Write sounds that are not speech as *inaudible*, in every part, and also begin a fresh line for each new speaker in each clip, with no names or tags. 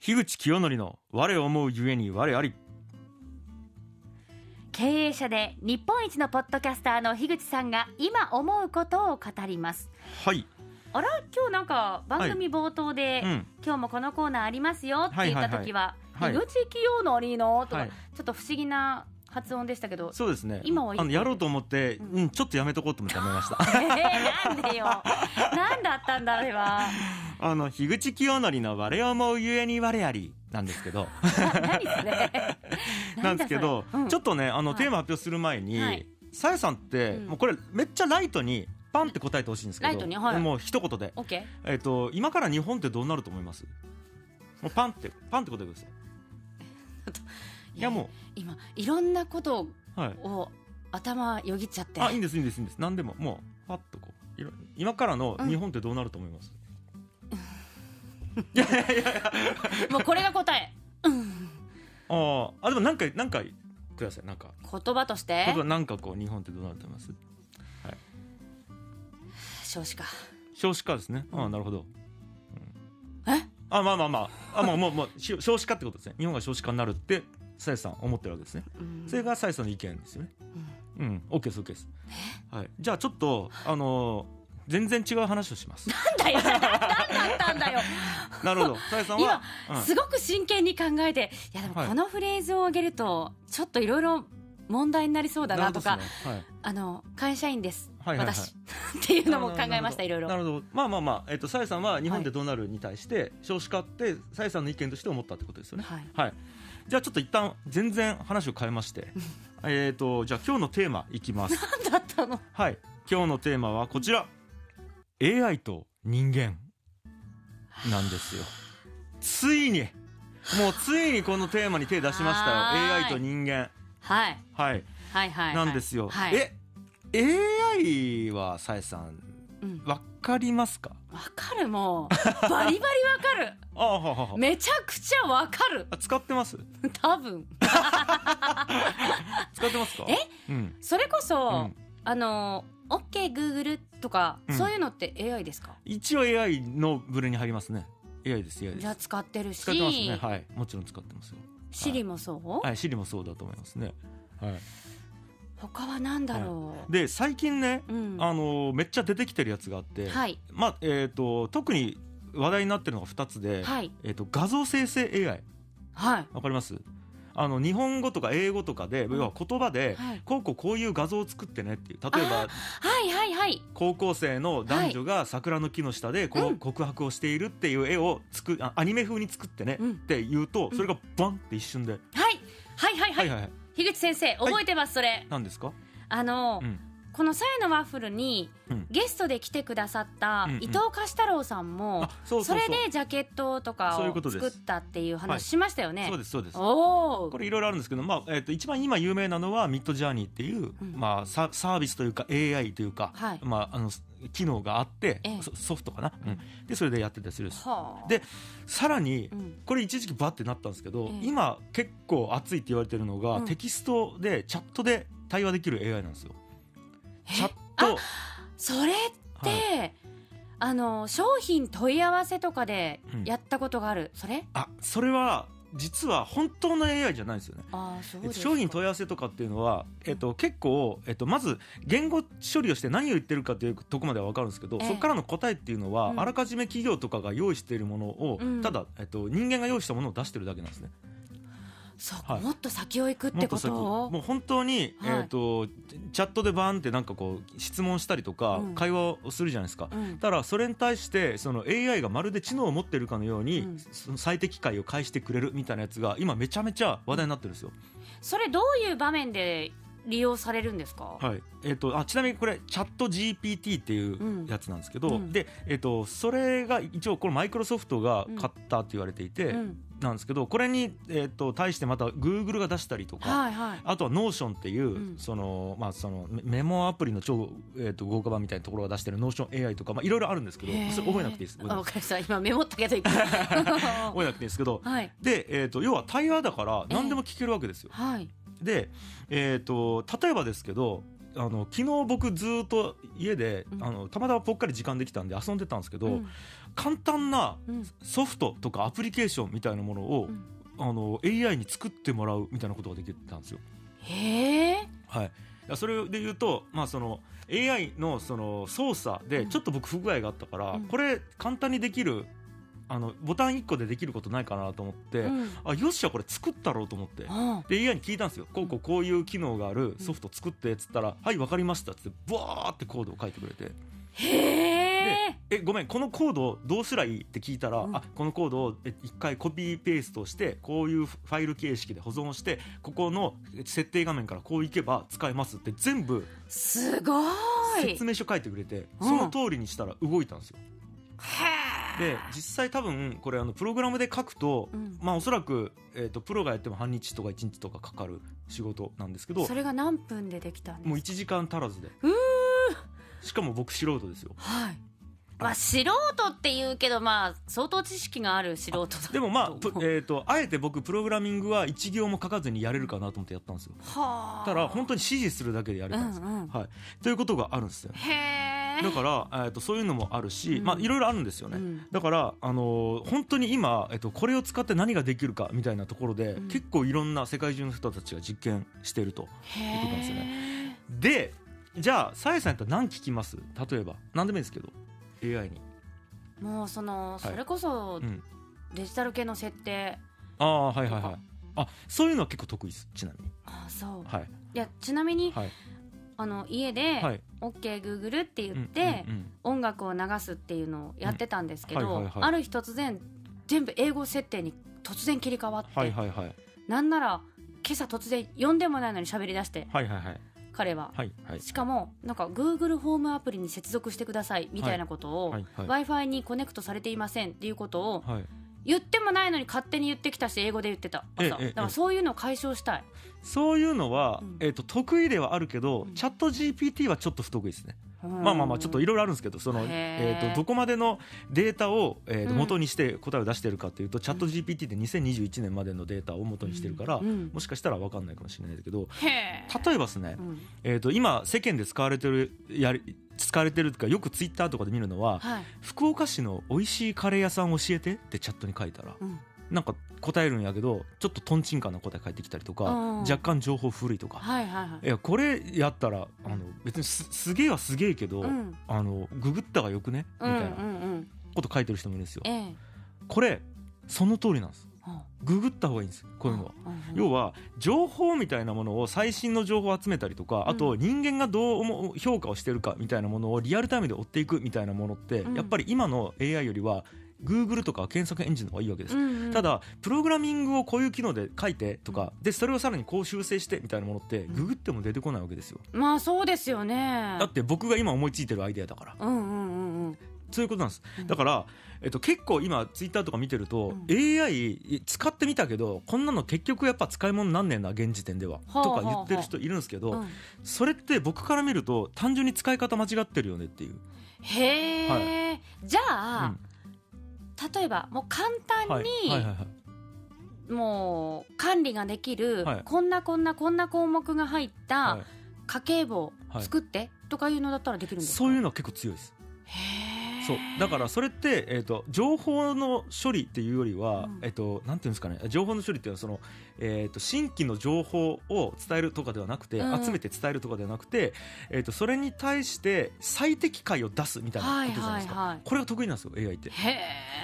樋口清則の我思うゆえに我あり
経営者で日本一のポッドキャスターの樋口さんが今思うことを語ります
はい
あら今日なんか番組冒頭で、
うん
今日もこのコーナーありますよって言った時は「
はいはいはいはい
命器用のりの」とか、
はい
ちょっと不思議な発音でしたけど
そうですね
今はいい
あのやろうと思って、
うん
うん、ちょっとやめとこうと思ってやめました
*laughs* えー、な
*laughs*
んでよなんだったんだあれは
あの樋口清則の我思うゆえに我ありなんですけど
*laughs* な何それ
*laughs* なんですけど、ちょっ
と
とねあの、
はい
テーマ発表する前に、
はい
さやさんって、
うん
もうこれめっちゃライトにパンって答えてほしいんですけど
ライトにはい
もう一言で、
OK
えっと今から日本ってどうなると思いますもうパンってパンって答えてくださいいやも
今いろんなこと
う、はい、
を頭よぎっちゃって
あいいんですいいんですいいんです何でももうパッとこういろ今からの
うん
日本ってどうなると思います、いやいやいや
もうこれが答え
あーあでもなんかなんかくださいなんか
言葉と
*laughs*
して
例えばなんかこう日本ってどうなると思います
少子化
少子化ですね、あ
う
あ
ん
なるほど
え
あまあまあまああまあもうもう *laughs* し少子化ってことですね日本が少子化になるってさやさん思ってるわけですね
うん
それがさやさんの意見ですよね
うん
うん OK です OK です、はい、じゃあちょっとあのー全然違う話をし
*laughs*
ます
な
*laughs*
んだよ何だったんだよ
なるほどさやさんはうん
すごく真剣に考えていやでも
はい
このフレーズを上げるとちょっといろいろ問題になりそうだなとか
るほどですね
あの会社員です、
はいはいはい
私 *laughs* っていうのも考えました
はい
ろいろ
なるほどまあまあまあ、えっとさやさんは日本でどうなるに対して少子化ってさやさんの意見として思ったってことですよね
はい
はい、じゃあちょっと一旦全然話を変えま
*laughs*
してえっとじゃあ今日のテーマいきます
何だったの
はい今日のテーマはこちら AI と人間なんですよついにもうついにこのテーマに手出しました
はーい
よ AI と人間
はい
はい、
はいはい
なんですよ、
はい、
え AI はさえさん
うん
わかりますか
わかるもうバリバリわか
*laughs*
る
あははは
めちゃくちゃわかる
あ使ってます
多分
使ってますかえうん
それこそ、
うん
あの OKGoogle とか、
うん
そういうのって AI ですか
一応 AI の部類に入りますね AI です AI で
じ
す
ゃあ使ってるし
使ってますねはいもちろん使ってますよ
Siri もそう、
はい Siri もそうだと思いますねはい
他は何だろう、
で最近ね、
うん
あのーめっちゃ出てきてるやつがあって、
はい
まあえー、と特に話題になってるのが2つで、
はい
えー、と画像生成 AI
はい
わかりますあの日本語とか英語とかで
うん
要は言葉で、
はい
こうこうこういう画像を作ってねっていう例えば
はいはいはい
高校生の男女が桜の木の下でこ
う
うん告白をしているっていう絵をつくあアニメ風に作ってね
うん
って言うと
うん
それがバンって一瞬で、
はいはいはいは、
はいいはいはい
樋口先生覚えてます、それ
何ですか、
あの、
うん
この「さやのワッフル」に
うん、
ゲストで来てくださった
うんうん
伊藤貸太郎さんも、
あそう
そ
そうそう
れでジャケットとか
そういうこ
を
とで
作
す
ったっていう
はい
話しましたよね、
そうですそうです
おお
これいろいろあるんですけど、まあえー、と一番今有名なのはミッドジャーニーっていう、
うん
まあ、ササービスというか AI というか、
はい
まあ、あの機能があって、
ええ
ソソフトかな、うんでそれでやってたりするんです
はあ
でさらに、
うん
これ一時期バッてなったんですけど、
ええ
今結構熱いって言われてるのが、
うん
テキストでチャットで対話できる AI なんですよ。チャット
それって、
はい
あの商品問い合わせとかで
うん
やったことがある、それ
あそれは実は本当の AI じゃないんですよね。
ああそう
えっ
で
と
す
商品問い合わせとかっていうのは、えっと、結構、えっと、まず言語処理をして何を言ってるかというとこまでは分かるんですけど、
ええ
そこからの答えっていうのは、
うん
あらかじめ企業とかが用意しているものを、
うん
ただ、えっと、人間が用意したものを出してるだけなんですね。
そう、
はい
もっと先を行くっ
も
て
っと
こ
先
と
もう本当に、
は
え
い
っとチャットでバーンってなんかこう質問したりとか、
うん
会話をするじゃないですか。
うん
ただそれに対してその AI がまるで知能を持ってるかのように、
うん
その最適解を返してくれるみたいなやつが今めちゃめちゃ話題になってるんですよ。
それどういう場面で利用されるんですか、
はいえー、とあちなみにこれチャット GPT っていうやつなんですけど、
うん
でえー、とそれが一応このマイクロソフトが
うん
買ったって言われていて、
うん、
なんですけどこれに、えー、と対してまた Google が出したりとか。
はいはい
あとはノーションっていう、
うん
そのまあ、そのメメモアプリの超、えー、と豪華版みたいなところが出してるノーション AI とか、まあ、いろいろあるんですけど
へー
それ覚えなくていいです覚え
あ
な
わ
くて
かりました今メモったけどい
*laughs*
い
覚
は
えなくていいですけど
い
で、えー、と要は対話だから何でも聞けるわけですよ。
はい
で、えー、と例えばですけどあの昨日僕ずっと家で、
うん
あのたまたまぽっかり時間できたんで遊んでたんですけど、
うん
簡単な
うん
ソフトとかアプリケーションみたいなものを、
うん
あの AI に作ってもらうみたいなことができたんですよ。
へえ
はい、それで言うと、まあ、その AI のその操作
う
で
ん
ちょっと僕不具合があったから、
うん
これ簡単にできるあのボタン1個でできることないかなと思って、
うん
あよっしゃこれ作ったろうと思って。
うん
で AI に聞いたんですよこうこうこういう機能があるソフト作ってっつったら「はいわかりました」っつってブワーってコードを書いてくれて
へえ
えごめんこのコードをどうすりゃいいって聞いたら、
うん
あこのコードをえ一回コピーペーストしてこういうファイル形式で保存してここの設定画面からこういけば使えますって全部
すごい
説明書書いてくれて、
うん
その通りにしたら動いたんですよ。
へえ
で実際多分これあのプログラムで書くと、
うん
まあおそらく、えー、とプロがやっても半日とか1日とかかかる仕事なんですけど
それが何分でできたんですか
もう1時間足らずで
うー
しかも僕素人ですよ。
はいまあ素人って言うけどまあ相当知識がある素人だ
でもまあ、
と
ぷ
思う
えー、とあえて僕プログラミングは1行も書かずにやれるかなと思ってやったんですよ
はあ
たら本当に指示するだけでやれ
う
た
ん
んです、
うん
はい、ということがあるんですよ
へえ
だから、えー、とそういうのもあるし、
うん
まあいろいろあるんですよね、
うん
だから、あのー本当に今、えっと、これを使って何ができるかみたいなところで、
うん
結構いろんな世界中の人たちが実験していると
へ
ことなんですよ
え
でじゃあさやさんやったら何聞きます例えば何でもいいですけど AI に、
もうそのそれこそ
うん、
デジタル系の設定
ああはいはいはいあそういうのは結構得意ですちなみに
ああそう
はい
いやちなみに
はい
あの家で
はい
OKGoogle って言っ
うん
て
うんうん
音楽を流すっていうのをやってたんですけ
うんはい
ど
はいはい
ある日突然全部英語設定に突然切り替わっ
はい
て
はいはい
なんなら今朝突然呼んでもないのに喋り出して
はいはいはい
彼は
はいはい
しかもなんか Google ホームアプリに接続してくださいみたいなことを、
はいはい
w i f i にコネクトされていませんっていうことを
はい
言ってもないのに勝手に言ってきたし英語で言ってた
ええ
朝だ
ええ
からそういうのを解消したい
そういうのは、
うん
えっと得意ではあるけど、
うん
チャット GPT はちょっと不得意ですね
ま
まあまあまあちょっといろいろあるんですけどその、
へー
えー、とどこまでのデータを、えーと
うん
元にして答えを出してるかというと、チャット GPT で2021年までのデータを元にしてるから、
うん
もしかしたら分かんないかもしれないけど
へえ
例えばですね
う、ん
えー、と今世間で使われてるやり使われてるとかよくツイッターとかで見るのは
はい
福岡市の美味しいカレー屋さん教えてってチャットに書いたら
うん
なんか答えるんやけどちょっととんちんかんな答え返ってきたりとか
うん
若干情報古いとか。
はいはいはい
いやこれやったらあの別にすすげえはすげえけど、
うん
あのググったがよくねみ
うんうん
たいな
うん
こと書いてる人もいるんですよ。
ええ
これその通りなんです。ググった方がいいんですよこういうのは。要は情報みたいなものを最新の情報を集めたりとかあと
う
人間がどう思う評価をしてるかみたいなものをリアルタイムで追っていくみたいなものって
うん
やっぱり今の AI よりは Google とか検索エンジンの方がいいわけです。ただプログラミングをこういう機能で書いてとかでそれをさらにこう修正してみたいなものって
ん
ググっても出てこないわけですよ
まあそうですよね
だって僕が今思いついてるアイデアだから
うんうんうんうん
そういうことなんです
うん
だから、えっと、結構今ツイッターとか見てると、
うん
AI 使ってみたけどこんなの結局やっぱ使い物になんねんな現時点では、
はあ
とか言ってる人いるんですけど、
うん
それって僕から見ると単純に使い方間違ってるよねっていう、
へえ、じゃあ、
うん
例えばもう簡単に、
はいはいはい
もう管理ができる、
はい
こんなこんなこんな項目が入っ
はい
た家計簿
はい
作って、とかいうのだったらできるんですか
そういうのは結構強いです
へえ
そうだからそれって、えっと情報の処理っていうよりは、
うん
えっとなんていうんですかね情報の処理っていうのはその、えっと新規の情報を伝えるとかではなくて、
うん
集めて伝えるとかではなくて、えっとそれに対して最適解を出すみたいな
はい
ことじゃない
は
で
い
すか、
は
これが得意なんですよ AI って
いへえ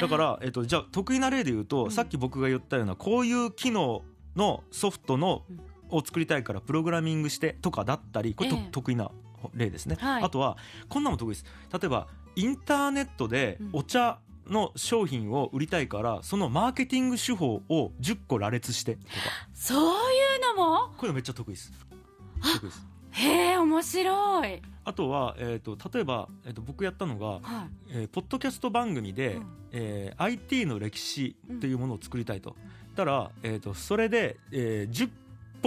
だから、えっとじゃあ得意な例で言うと、
うん
さっき僕が言ったようなこういう機能のソフトの、
うん
を作りたいからプログラミングしてとかだったりこれと、
ええ
得意な例ですね、
はい
あとはこんなのも得意です例えばインターネットで
うん
お茶の商品を売りたいから、そのマーケティング手法を10個羅列してとか
そういうのも
こういうのめっちゃ得意です
あ
得意です
へえ面白い、
あとは、えっと例えば、えっと僕やったのが、
は
えーポッドキャスト番組で、
うん
えー IT の歴史というものを作りたいと、たら、えー、とそれで、えー10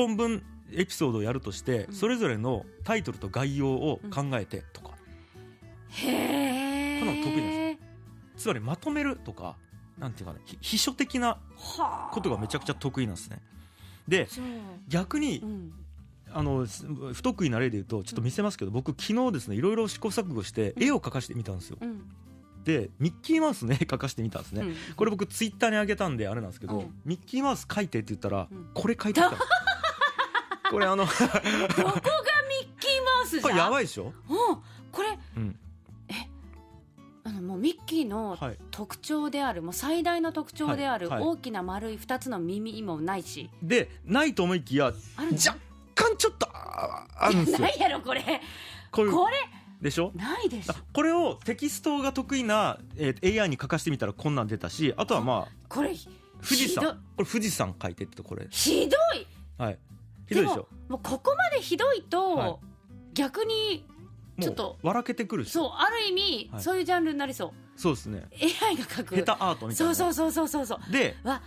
本分エピソードをやるとして、
うん
それぞれのタイトルと概要を考えてとか、
い、へえ
こんなの得意つまりまとめるとかなんていうかねひ秘書的な
はあ
ことがめちゃくちゃ得意なんですね。で
そう、
逆に
うん、
あのす不得意な例で言うとちょっと見せますけど僕昨日ですねいろいろ試行錯誤して絵を描かしてみたんですよ。
うん
ってミッキーマウスの絵描かしてみたんですね、
うん
これ僕ツイッターにあげたんであれなんですけど、
うん
ミッキーマウス描いてって言ったら、
うん
これ描いてき
*laughs*
たんですこれあの
どこがミッキーマウスじゃん
これやばいでしょ、
うんこれ
うん
あのもうミッキーの
はい、
特徴であるもう最大の特徴である
はいはい
大きな丸い2つの耳もないし
でないと思いきや
あるの
若干ちょっとああるんですよ
*laughs* ないやろこれ
こういう
こ
でしょ
れないでしょ
あこれをテキストが得意な、えー AI に書かしてみたらこんなん出たしあとはまあ
これ
富士
ひど
山これ富士山書いてってこれ
ひどい
はいひどいでし
も
ょ
もうここまでひどいと、
はい
逆に
もう
ちょっと
笑けてくるし
そうある意味、
はい
そういうジャンルになりそう
そうですね
AI が書く
下手アートみたい
そ
な
うそうそうそうそうそう
で
わ、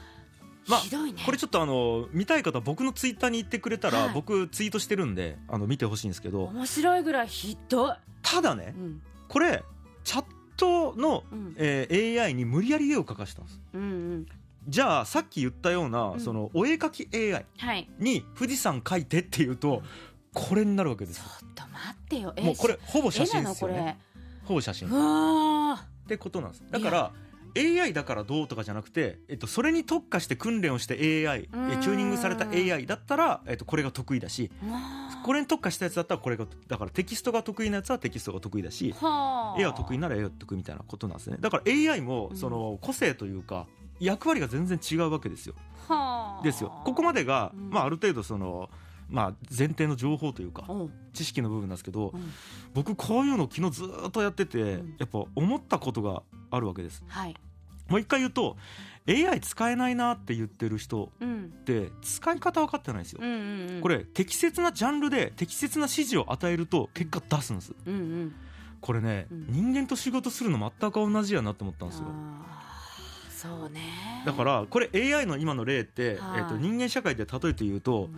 まあ
ひどいね
これちょっとあの見たい方は僕のツイッターに行ってくれたら、
はい
僕ツイートしてるんであの見てほしいんですけど
面白いぐらいひどい、
ただね
うん
これチャットの、
うん
えー AI に無理やり絵を描かしたんです
うんうん、
じゃあさっき言ったような、
うん
そのお絵描き AI
はい
に富士山描いてっていうとこれになるわけです
ち
よ
ょっと待ってよえ
もうこれほぼ
し絵
写真
な
で
の
す
こ
よ
れ、
ねほぼ写真
う
っ
わ
てことなんですだから AI だからどうとかじゃなくて、えっと、それに特化して訓練をして AI え
うーん
チューニングされた AI だったら、えっと、これが得意だし
ーうわー
これに特化したやつだったらこれがだからテキストが得意なやつはテキストが得意だし
はあ
絵が得意なら絵が得意みたいなことなんですねだから AI も
うん
その個性というか役割が全然違うわけですよ
はあ
ですよここまでが、
うん
まあ、ある程度その、まあ、前提の情報というか
うんうん
知識の部分なんですけど、僕こういうの昨日ずーっとやってて、
うん
やっぱ思ったことがあるわけです
はい
もう一回言うと AI 使えないなって言ってる人
うん
って使い方分かってないんですよ、
うんうんうん
これ適切なジャンルで適切な指示を与えると結果出すんです
うんうん
これね、
うん
人間と仕事するの全く同じやなって思ったんですよ
あーそうね
だからこれ AI の今の例って、え
はい
ー、と人間社会で例えて言う
う
と
ん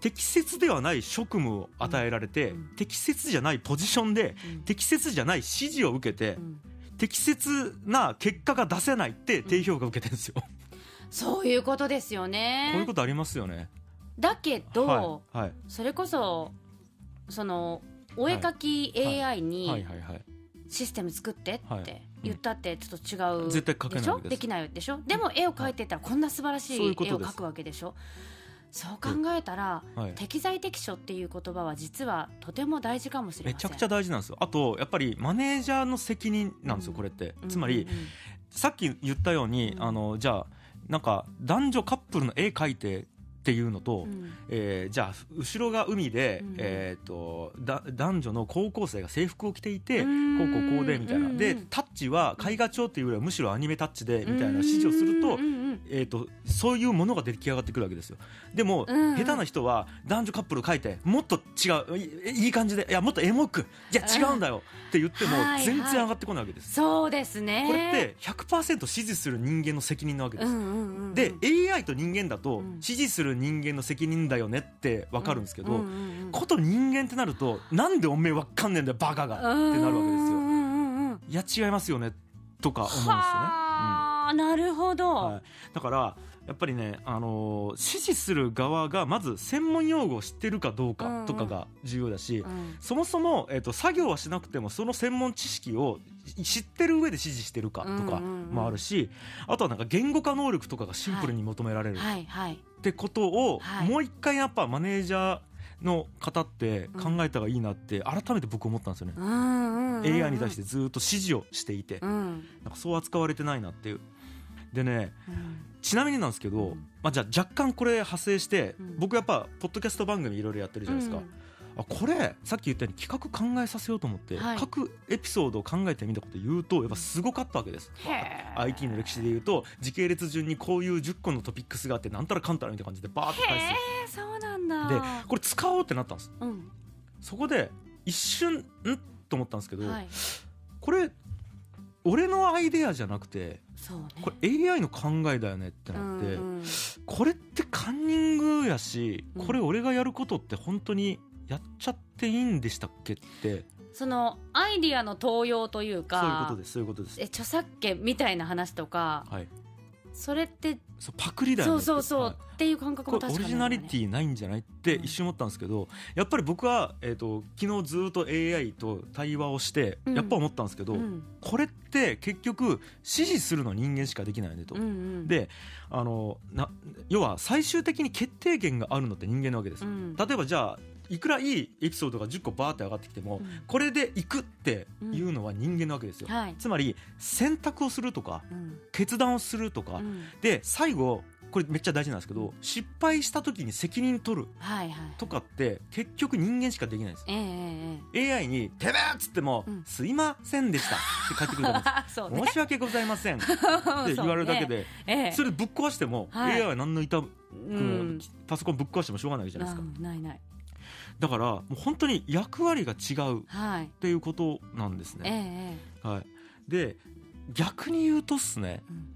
適切ではない職務を与えられて、
うん
適切じゃないポジションで
うん
適切じゃない指示を受けて、
うん
適切な結果が出せないって低評価受けてるんですよ、こ
そういうことです
う
よ
いう
ね
ことありますよね
だけど、
はいはい
それこそそのお絵描き
はい
AI に、
はいはいはい
システム作って
は
っ
い
て言ったってちょっと違う
絶対描けない
でしょ
です
できないでしょでも絵を描いてたらこんな素晴らし
そうい
いう
こ
絵
と
を
です
描くわけでしょそう考えたら
はい
適材適所っていう言葉は実はとても大事かもしれ
め
ま
ち
せ
ゃ
ん
くちゃ大事なんですよあとやっぱりマネージャーの責任なんですよ、
うん
これって
うん
つまり、さっき言ったように、
うん
あのじゃあなんか男女カップルの絵描いてっていうのと、
うんうん
えーじゃあ後ろが海で、
うん
えー、とだ男女の高校生が制服を着ていて
う
こ
ん
うこうこうでみたいな
うん
でタッチは絵画調っていうよりはむしろアニメタッチでみたいな指示をする
う
と
んうん
えー、とそういうものが出来上がってくるわけですよでも、
うんうん
下手な人は男女カップル書いてもっと違ういいい感じでいやもっとエモくいや違うんだよって言っても
はいはい
全然上がってこないわけです、
そうですね
これって100%支持する人間の責任なわけで
う
す、
んうんうんうん
で AI と人間だと
うん
支持する人間の責任だよねって分かるんですけど、
ううんうん
こと人間ってなるとなんでおめえ分かんねえんだよバカがってなるわけです
うん
よ
うんうんうん
いや違いますよねとか思うんですよね。うん
はあなるほ
は
ど
い、だからやっぱりね、あのー支持する側がまず専門用語を知ってるかどう
うんう
か
ん
とかが重要だし、
うん
そもそも、えっと作業はしなくてもその専門知識を知ってる上で支持してるかとか
うんうんうん
もあるし、あとはなんか言語化能力とかがシンプルに求められる
はいはい
ってことを、
はい
もう一回やっぱマネージャーの方って考えた方がいいなって改めて僕思ったんですよね。
うんうんうんうん
AI に対してずっと指示をしていて、
うん
なんかそう扱われてないなっていう。でね、
うん
ちなみになんですけど、
うん
まあ、じゃあ若干これ派生して、
うん
僕やっぱポッドキャスト番組いろいろやってるじゃないですか、あこれさっき言ったように企画考えさせようと思って、
はい
各エピソードを考えてみたこと言うとやっぱすごかったわけです、
うんへー
IT の歴史で言うと時系列順にこういう10個のトピックスがあってなんたらかんたらみたいな感じでバーって返す
へえそうなん
で
だ
これ使おうってなったんです
うん
そこで一瞬んと思ったんですけど、
はい
これ俺のアイデアじゃなくて
そうね
これ AI の考えだよねってなって、
うんうん
これってカンニングやし
うん
これ俺がやることって本当にやっちゃっていいんでしたっけって
そのアイディアの盗用という
そういうこ
か
とですそういうことです
え著作権みたいな話とか
はい
それって
そうパクリだよね
そ
っ
う
て
そうそう、
はい
っていう感覚
こ
も
れ
確
オ
かに
リジ
ある
ナ
わね、
リティないんじゃないって一瞬思ったんですけど、やっぱり僕は、えー、と昨日ずっと AI と対話をして、
うん
やっぱ思ったんですけど、
うん
これって結局支持するの人間しかできないねと。
うんうん、
であのな要は最終的に決定権があるのって人間なわけです
う
よ、
ん、
例えばじゃあいくらいいエピソードが10個バーって上がってきても、
うん
これで行くっていうのは人間なわけですよ、
はい、
つまり選択をするとか
うん
決断をするとか、
うん、
で最後これめっちゃ大事なんですけど失敗した時に責任取る
はいはい
とかって結局人間しかできないんです
ええええ
AI に「てめえ!」っつっても「
うん
すいませんでした」って返ってくると思うんで
ええ *laughs* そうね
す申し訳ございませんって
そうね
言われるだけで、
ええ
それでぶっ壊しても、
はい
AI は何の痛く、
うん
パソコンぶっ壊してもしょうがないわけじゃないですか、
うんないない
だからもう本当に役割が違うっ
はい
ていうことなんです
ええ
ね、
え
はい、で逆に言うとっすね
えうん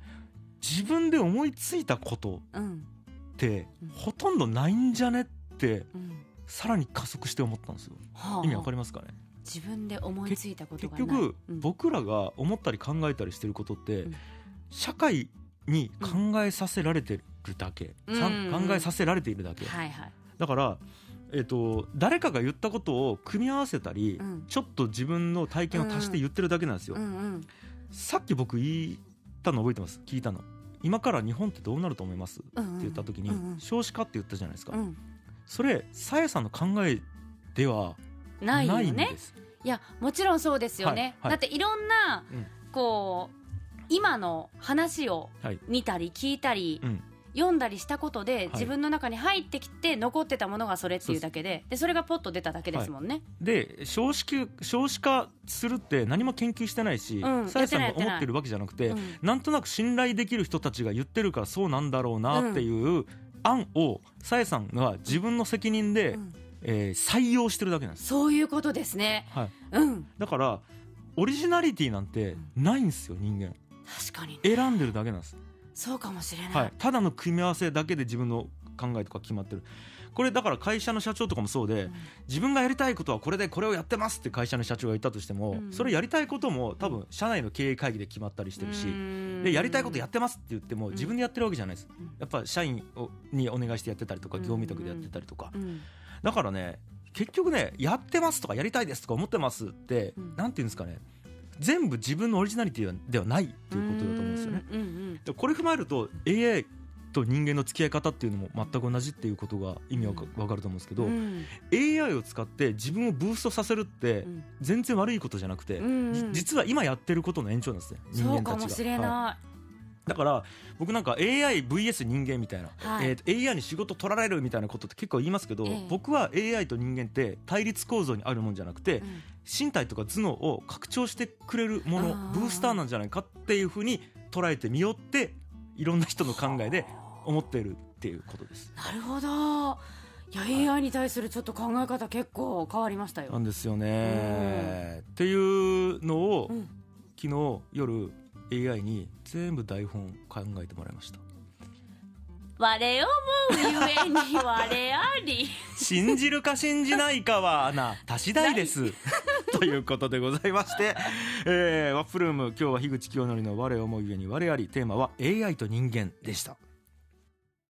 自分で思いついたこと
うん
って
うん
ほとんどないんじゃねって
うん
さらに加速して思ったんですよ
はあ
意味わかりますかね
自分で思いついたこと
結
がない
局、
うん
僕らが思ったり考えたりしてることって、
うん
社会に考えさせられてるだけ、
うん
さ
うん
考えさせられているだけ、
はいはい
だから、えっと誰かが言ったことを組み合わせたり、
うん
ちょっと自分の体験を足して言ってるだけなんですよ、
うんうん
さっき僕言ったの覚えてます聞いたの今から日本ってどうなると思いますって
うんうん
言った時に、
うん
少子化って言ったじゃないですか、
うんうん
それさやさんの考えではな
ないよ
いん
ね
です
いやもちろんそうですよね、
はいはい
だっていろんな、
うん
こう今の話を
はい
見たり聞いたり、
うん
読んだりしたことで、
い
自分の中に入ってきて残ってたものがそれっていうだけででそれがポッと出ただけですもんね、
で少子化少子化するって何も研究してないし
うん
さや、さん
や
が
ってない
思ってるわけじゃなくて、
うん
なんとなく信頼できる人たちが言ってるからそうなんだろうなっていう案をさやさんが自分の責任で、
うん
えー採用してるだけなんです、
そういうことですね
はい、
うん
だからオリジナリティなんてないんですよ人間
確かに
選んでるだけなんです、
そうかもしれない、
はい、ただの組み合わせだけで自分の考えとか決まってるこれだから会社の社長とかもそうで、
うん
自分がやりたいことはこれでこれをやってますって会社の社長が言ったとしても、
うん
それやりたいことも多分社内の経営会議で決まったりしてるし、でやりたいことやってますって言っても
ん
自分でやってるわけじゃないです、
うん
やっぱ社員をにお願いしてやってたりとか
うん
業務委託でやってたりとか、
うん
だからね結局ねやってますとかやりたいですとか思ってますって、
うん
なんていうんですかね全部自分のオリジナリティではないっていうことだと思うんですよね。
うんうん
でこれ踏まえると AI と人間の付き合い方っていうのも全く同じっていうことが意味わかわかると思うんですけ
う
ど、
ん
AI を使って自分をブーストさせるって
うん
全然悪いことじゃなくて、
うん
じ実は今やってることの延長なんですね人
そう
間
か
た
もし
ち
れ
が。はい
な
だから僕なんか AIVS 人間みたいな、
はい
えーと AI に仕事取られるみたいなことって結構言いますけど、
ええ
僕は AI と人間って対立構造にあるもんじゃなくて、
い、うん
身体とか頭脳を拡張してくれるも
あ
の
ー
ブースターなんじゃないかっていうふうに捉えてみようっていろんな人の考えで思っているっていうことです。
なるほどいや AI に対するちょっと考え方結構変わりました
な
よ
んですよね。っていうのを
うん
昨日夜 AI に全部台本考えてもらいました。
我思うゆえに我あり
信じるか信じないかはなた次第です。 *laughs* ということでございまして、えーワッフルーム今日は樋口清則の我を思うゆえに我ありテーマは AI と人間でした。